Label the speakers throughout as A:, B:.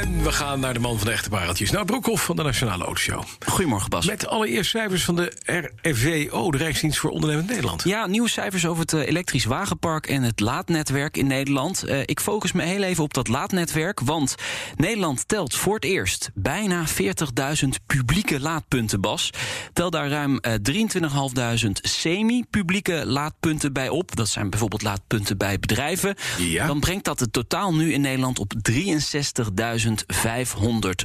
A: En we gaan naar de man van de echte pareltjes. Nou, Broekhoff van de Nationale Autoshow.
B: Goedemorgen, Bas.
A: Met allereerst cijfers van de RVO, de Rijksdienst voor Ondernemend Nederland.
B: Ja, nieuwe cijfers over het eh, elektrisch wagenpark en het laadnetwerk in Nederland. Eh, ik focus me heel even op dat laadnetwerk, want Nederland telt voor het eerst bijna 40.000 publieke laadpunten, Bas. Tel daar ruim eh, 23.500 semi-publieke laadpunten bij op. Dat zijn bijvoorbeeld laadpunten bij bedrijven.
A: Ja.
B: Dan brengt dat het totaal nu in Nederland op 63.500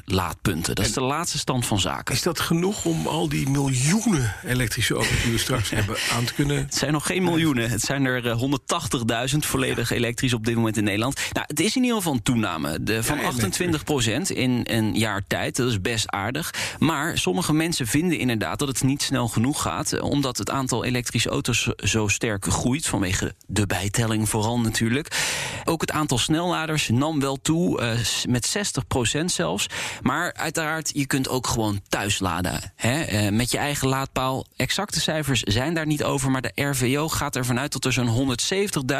B: laadpunten. Dat is de laatste stand van zaken.
A: Is dat genoeg om al die miljoenen elektrische auto's die we straks hebben aan te kunnen?
B: Het zijn nog geen miljoenen. Het zijn er eh, 180.000 volledig elektrisch op dit moment in Nederland. Nou, het is in ieder geval een toename de, van
A: Ja, ja,
B: 28 procent in een jaar tijd. Dat is best aardig. Maar sommige mensen vinden inderdaad dat het niet snel genoeg gaat. eh, Omdat het aantal elektrische auto's zo sterk groeit. Vanwege de bijtelling vooral natuurlijk. Ook het aantal snelladers nam wel toe. eh, s- met 60 procent zelfs. Maar uiteraard, je kunt ook gewoon thuis laden. Hè? eh, met je eigen laadpaal. Exacte cijfers zijn daar niet over. Maar de RVO gaat ervan uit dat er zo'n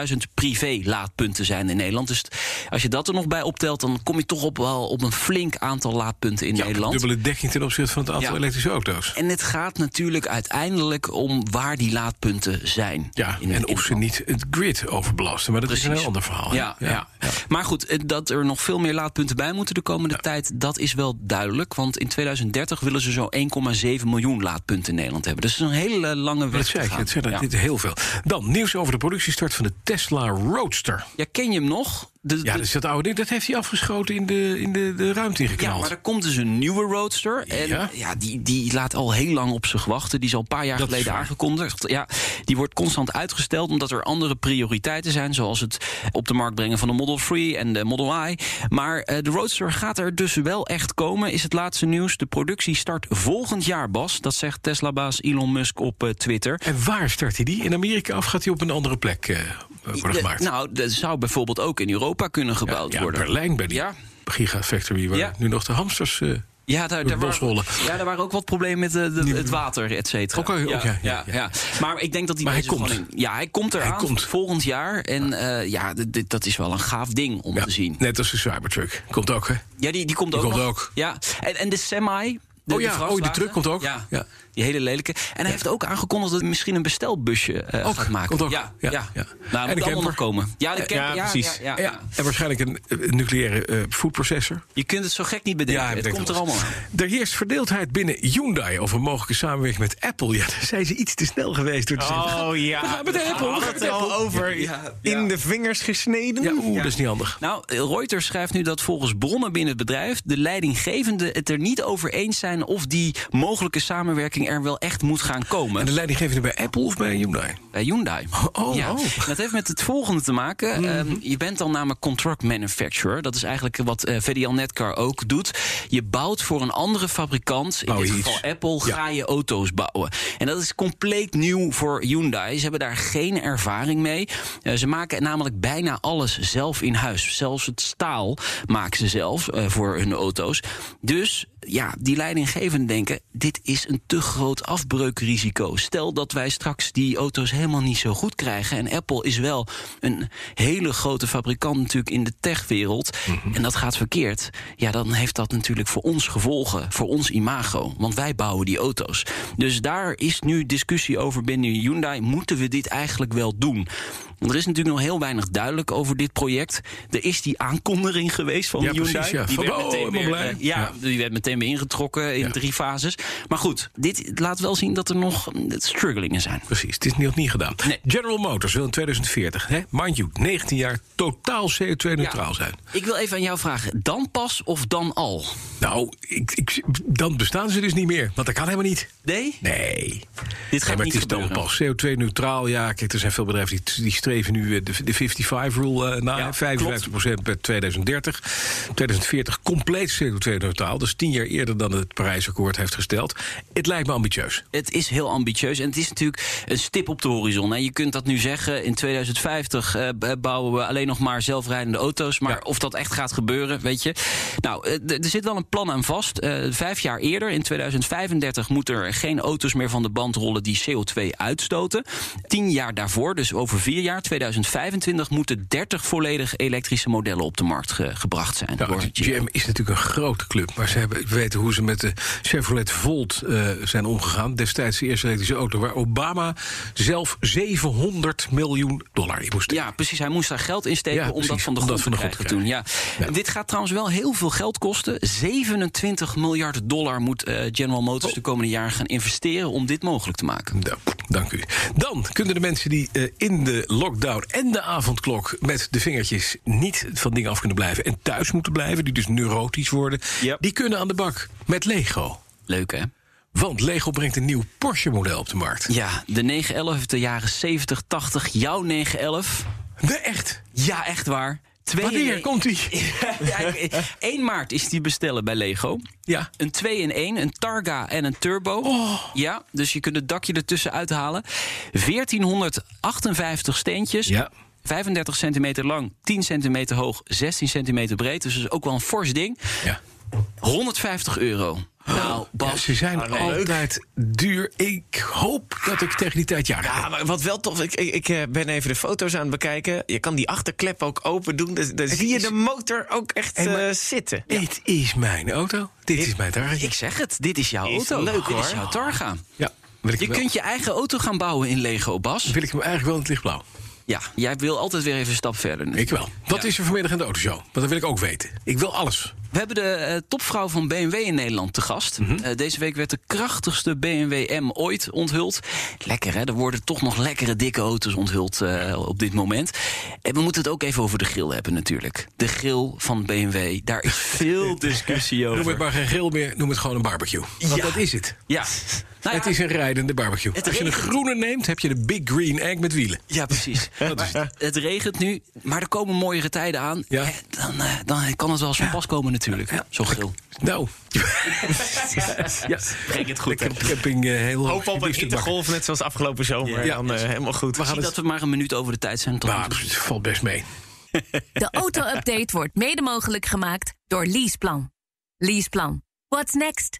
B: 170.000 privé-laadpunten zijn in Nederland. Dus t- als je dat er nog bij optelt, dan kom je toch op wel op een flink aantal laadpunten in Nederland.
A: Dubbele dekking ten opzichte van het aantal
B: Ja.
A: elektrische auto's.
B: En het gaat natuurlijk uiteindelijk om waar die laadpunten zijn.
A: Ja,
B: In-
A: en
B: in-
A: of ze niet het grid overbelasten. Maar dat is een heel ander verhaal. hè?
B: Ja, ja. Maar goed, eh, dat er nog veel meer laadpunten bij moeten de komende tijd, dat is wel duidelijk. Want in 2030 willen ze zo'n 1,7 miljoen laadpunten in Nederland hebben. Dus dat is een hele lange weg.
A: Dat
B: te
A: zei ik,
B: gaan.
A: dat zei ik,
B: Ja.
A: dit is heel veel. Dan nieuws over de productiestart van de Tesla Roadster.
B: Ja, ken je hem nog? De-
A: Ja,
B: de-
A: dat is dat oude ding. Dat heeft hij afgeschoten in de, in de, de ruimte
B: ja,
A: ingeknald.
B: maar er komt dus een nieuwe Roadster. En
A: Ja.
B: ja, die, die laat al heel lang op zich wachten. Die is al een paar jaar
A: Dat is
B: geleden
A: waar.
B: aangekondigd. Ja, die wordt constant uitgesteld omdat er andere prioriteiten zijn. Zoals het op de markt brengen van de Model 3 en de Model Y. Maar eh, de Roadster gaat er dus wel echt komen, is het laatste nieuws. De productie start volgend jaar, Bas. Dat zegt Tesla-baas Elon Musk op eh, Twitter.
A: En waar start hij die? In Amerika of gaat hij op een andere plek eh, worden
B: De-
A: gemaakt?
B: nou, dat zou bijvoorbeeld ook in Europa kunnen gebouwd
A: ja,
B: worden.
A: Berlijn bij die
B: Ja.
A: gigafactory waar
B: Ja.
A: nu nog de hamsters... eh,
B: Ja, daar,
A: Door
B: daar,
A: het bos
B: waren,
A: rollen.
B: ja, daar waren ook wat problemen met eh, de- het water, et cetera.
A: Oké, oké, ja,
B: ja,
A: ja.
B: ja. Maar ik denk dat die
A: Maar hij
B: mensen
A: komt.
B: gewoon in- ja, hij komt eraan
A: Hij komt.
B: volgend jaar. En eh, ja, dit- dit- dat is wel een gaaf ding om
A: ja,
B: te zien.
A: Net als de Cybertruck. Komt ook, hè?
B: Ja, die, die komt
A: Die
B: ook.
A: komt
B: nog.
A: ook.
B: Ja. En, en de semi. De,
A: Oh ja,
B: de
A: oh, die
B: vrachtwagen.
A: truck komt ook.
B: Ja,
A: Ja.
B: die hele lelijke. En hij heeft ook aangekondigd dat hij misschien een bestelbusje eh
A: Ook,
B: gaat maken.
A: komt ook.
B: Ja,
A: Ja,
B: ja.
A: ja.
B: Nou,
A: En
B: moet
A: de
B: allemaal nog
A: camper.
B: komen. Ja, de camper,
A: ja,
B: ja,
A: precies.
B: Ja, ja, ja.
A: En waarschijnlijk een eh, nucleaire eh, foodprocessor.
B: Je kunt het zo gek niet
A: Ja,
B: bedenken.
A: hij
B: het
A: bedenkt
B: komt er
A: alles.
B: allemaal aan.
A: Er heerst verdeeldheid binnen Hyundai over een mogelijke samenwerking met Apple. Ja, daar zijn ze iets te snel geweest door te zeggen.
C: Oh ja.
A: we gaan met de Apple, we
C: Had
A: gaan
C: het
A: met
C: er al
A: Apple.
C: over. In de vingers gesneden.
A: Ja, oeh, dat is niet handig.
B: Nou, Reuters schrijft nu dat volgens bronnen binnen het bedrijf de leidinggevenden het er niet over eens zijn of die mogelijke samenwerking er wel echt moet gaan komen.
A: En de leidinggevende bij Apple of bij Hyundai?
B: Bij Hyundai.
A: Oh, Mhm.
B: ja.
A: oh.
B: Dat heeft met het volgende te maken. Ehm, je bent dan namelijk contract manufacturer. Dat is eigenlijk wat eh VDL Netcar ook doet. Je bouwt voor een andere fabrikant, in
A: Nou,
B: dit
A: iets.
B: geval Apple,
A: Ja.
B: ga je auto's bouwen. En dat is compleet nieuw voor Hyundai. Ze hebben daar geen ervaring mee. Eh, ze maken namelijk bijna alles zelf in huis. Zelfs het staal maken ze zelf eh, voor hun auto's. Dus ja, die leidinggevenden denken: dit is een te groot afbreukrisico. Stel dat wij straks die auto's helemaal niet zo goed krijgen. En Apple is wel een hele grote fabrikant natuurlijk in de techwereld.
A: Mhm.
B: En dat gaat verkeerd. Ja, dan heeft dat natuurlijk voor ons gevolgen, voor ons imago. Want wij bouwen die auto's. Dus daar is nu discussie over binnen Hyundai. Moeten we dit eigenlijk wel doen? Want er is natuurlijk nog heel weinig duidelijk over dit project. Er is die aankondiging geweest van
A: Ja,
B: Hyundai.
A: precies, ja.
B: Die
A: Van,
B: werd
A: oh,
B: meteen
A: helemaal
B: weer,
A: blij.
B: eh, ja,
A: Ja.
B: die werd meteen weer ingetrokken in
A: Ja.
B: drie fases. Maar goed, dit laat wel zien dat er nog mm, struggelingen zijn.
A: Precies, het is nog niet gedaan.
B: Nee.
A: General Motors wil in 2040, hè, mind you, 19 jaar totaal CO2-neutraal
B: Ja.
A: zijn.
B: Ik wil even aan jou vragen, dan pas of dan al?
A: Nou, ik, ik, dan bestaan ze dus niet meer, want dat kan helemaal niet.
B: Nee?
A: Nee. nee,
B: Dit gaat
A: maar
B: niet
A: het is
B: gebeuren.
A: dan pas CO2-neutraal. Ja, kijk, er zijn veel bedrijven die, die streven nu eh, de, de 55-rule eh, na.
B: Ja,
A: hè, 55% bij 2030. 2040 compleet CO2-neutraal. Dus tien jaar eerder dan het Parijsakkoord heeft gesteld. Het lijkt me ambitieus.
B: Het is heel ambitieus en het is natuurlijk een stip op de horizon. En je kunt dat nu zeggen, in 2050 eh, b- bouwen we alleen nog maar zelfrijdende auto's. Maar
A: Ja.
B: of dat echt gaat gebeuren, weet je. Nou, eh, d- er zit wel een plan aan vast. Eh, vijf jaar eerder, in 2035, moeten er geen auto's meer van de band rollen die CO2 uitstoten. Tien jaar daarvoor, dus over vier jaar, 2025, moeten 30 volledig elektrische modellen op de markt ge- gebracht zijn. door
A: Nou,
B: GM.
A: GM is natuurlijk een grote club. Maar ze hebben, we weten hoe ze met de Chevrolet Volt eh, zijn omgegaan. Destijds de eerste elektrische auto waar Obama zelf 700 miljoen dollar in moest
B: Ja, precies. Hij moest daar geld in steken
A: Ja,
B: om dat
A: precies,
B: van de
A: om
B: grond
A: dat
B: te
A: van de
B: krijgen
A: grond
B: toen.
A: te
B: Ja. En Dit gaat trouwens wel heel veel geld kosten. 27 miljard dollar moet eh, General
A: Oh.
B: Motors de komende jaren gaan investeren... om dit mogelijk te maken.
A: Nou, dank u. Dan kunnen de mensen die eh, in de lockdown en de avondklok met de vingertjes niet van dingen af kunnen blijven en thuis moeten blijven, die dus neurotisch worden,
D: Yep.
A: die kunnen aan de bak met Lego.
B: Leuk, hè?
A: Want Lego brengt een nieuw Porsche-model op de markt.
B: Ja, de 911 uit de jaren 70, 80. Jouw 911.
A: Nee, echt.
B: Ja, echt waar. Twee
A: Wanneer komt die?
B: Ja, ik- 1 maart is die bestellen bij Lego.
A: Ja.
B: Een 2 in 1, een Targa en een Turbo.
A: Oh.
B: Ja, dus je kunt het dakje ertussen uithalen. 1458 steentjes.
A: Ja.
B: 35 centimeter lang, 10 centimeter hoog, 16 centimeter breed. Dus dat is ook wel een fors ding.
A: ja.
B: 150 euro. Nou, Bas.
A: Ja, ze zijn altijd duur. Ik hoop dat ik tegen die tijd jarig ben.
C: Ja, maar wat wel tof, ik, ik, ik eh, ben even de foto's aan het bekijken. Je kan die achterklep ook open doen. Dan, dan zie je de motor ook echt
A: Hey, maar-
C: eh, zitten.
A: Dit is mijn auto. Dit is mijn
B: Ik
A: target.
B: zeg het, dit is jouw
C: Is
B: auto.
C: leuk,
B: dit is
C: hoor.
B: jouw Targa.
A: Ja, wil ik,
B: Je
A: hem wel-
B: kunt je eigen auto gaan bouwen in Lego, Bas.
A: wil ik hem eigenlijk wel in het lichtblauw.
B: Ja, jij wil altijd weer even een stap verder.
A: Ik wel. Wat
B: Ja.
A: is er vanmiddag in de autoshow? Want dat wil ik ook weten. Ik wil alles.
B: We hebben de eh, topvrouw van BMW in Nederland te gast.
A: Mhm.
B: Eh, deze week werd de krachtigste BMW M ooit onthuld. Lekker hè, er worden toch nog lekkere dikke auto's onthuld eh, op dit moment. En we moeten het ook even over de grill hebben natuurlijk. De grill van BMW, daar is veel discussie
A: Noem het
B: over.
A: maar geen grill meer, noem het gewoon een barbecue. Want
B: Ja.
A: dat is het.
B: Ja. Nou ja,
A: Het is een rijdende barbecue.
B: Het
A: Als je een
B: regent.
A: groene neemt, heb je de Big Green Egg met wielen.
B: Ja, precies.
A: Dat is het.
B: Het regent nu, maar er komen mooiere tijden aan.
A: Ja.
B: Eh, Dan, eh, dan kan het wel eens van pas komen natuurlijk, zo'n grill.
A: Nou,
B: Ja, breng het goed. hè.
A: ik heb een eh, heel hoog
C: Hoop op een
A: geliefde bak.
C: hittegolf, net zoals afgelopen zomer.
A: Ja.
C: dan, eh, helemaal goed.
A: We gaan
B: Zie dat
A: het... Nou,
B: we maar een minuut over de tijd zijn. Tot
A: Maar, het valt best mee.
E: De auto-update wordt mede mogelijk gemaakt door Leaseplan. Leaseplan. What's next?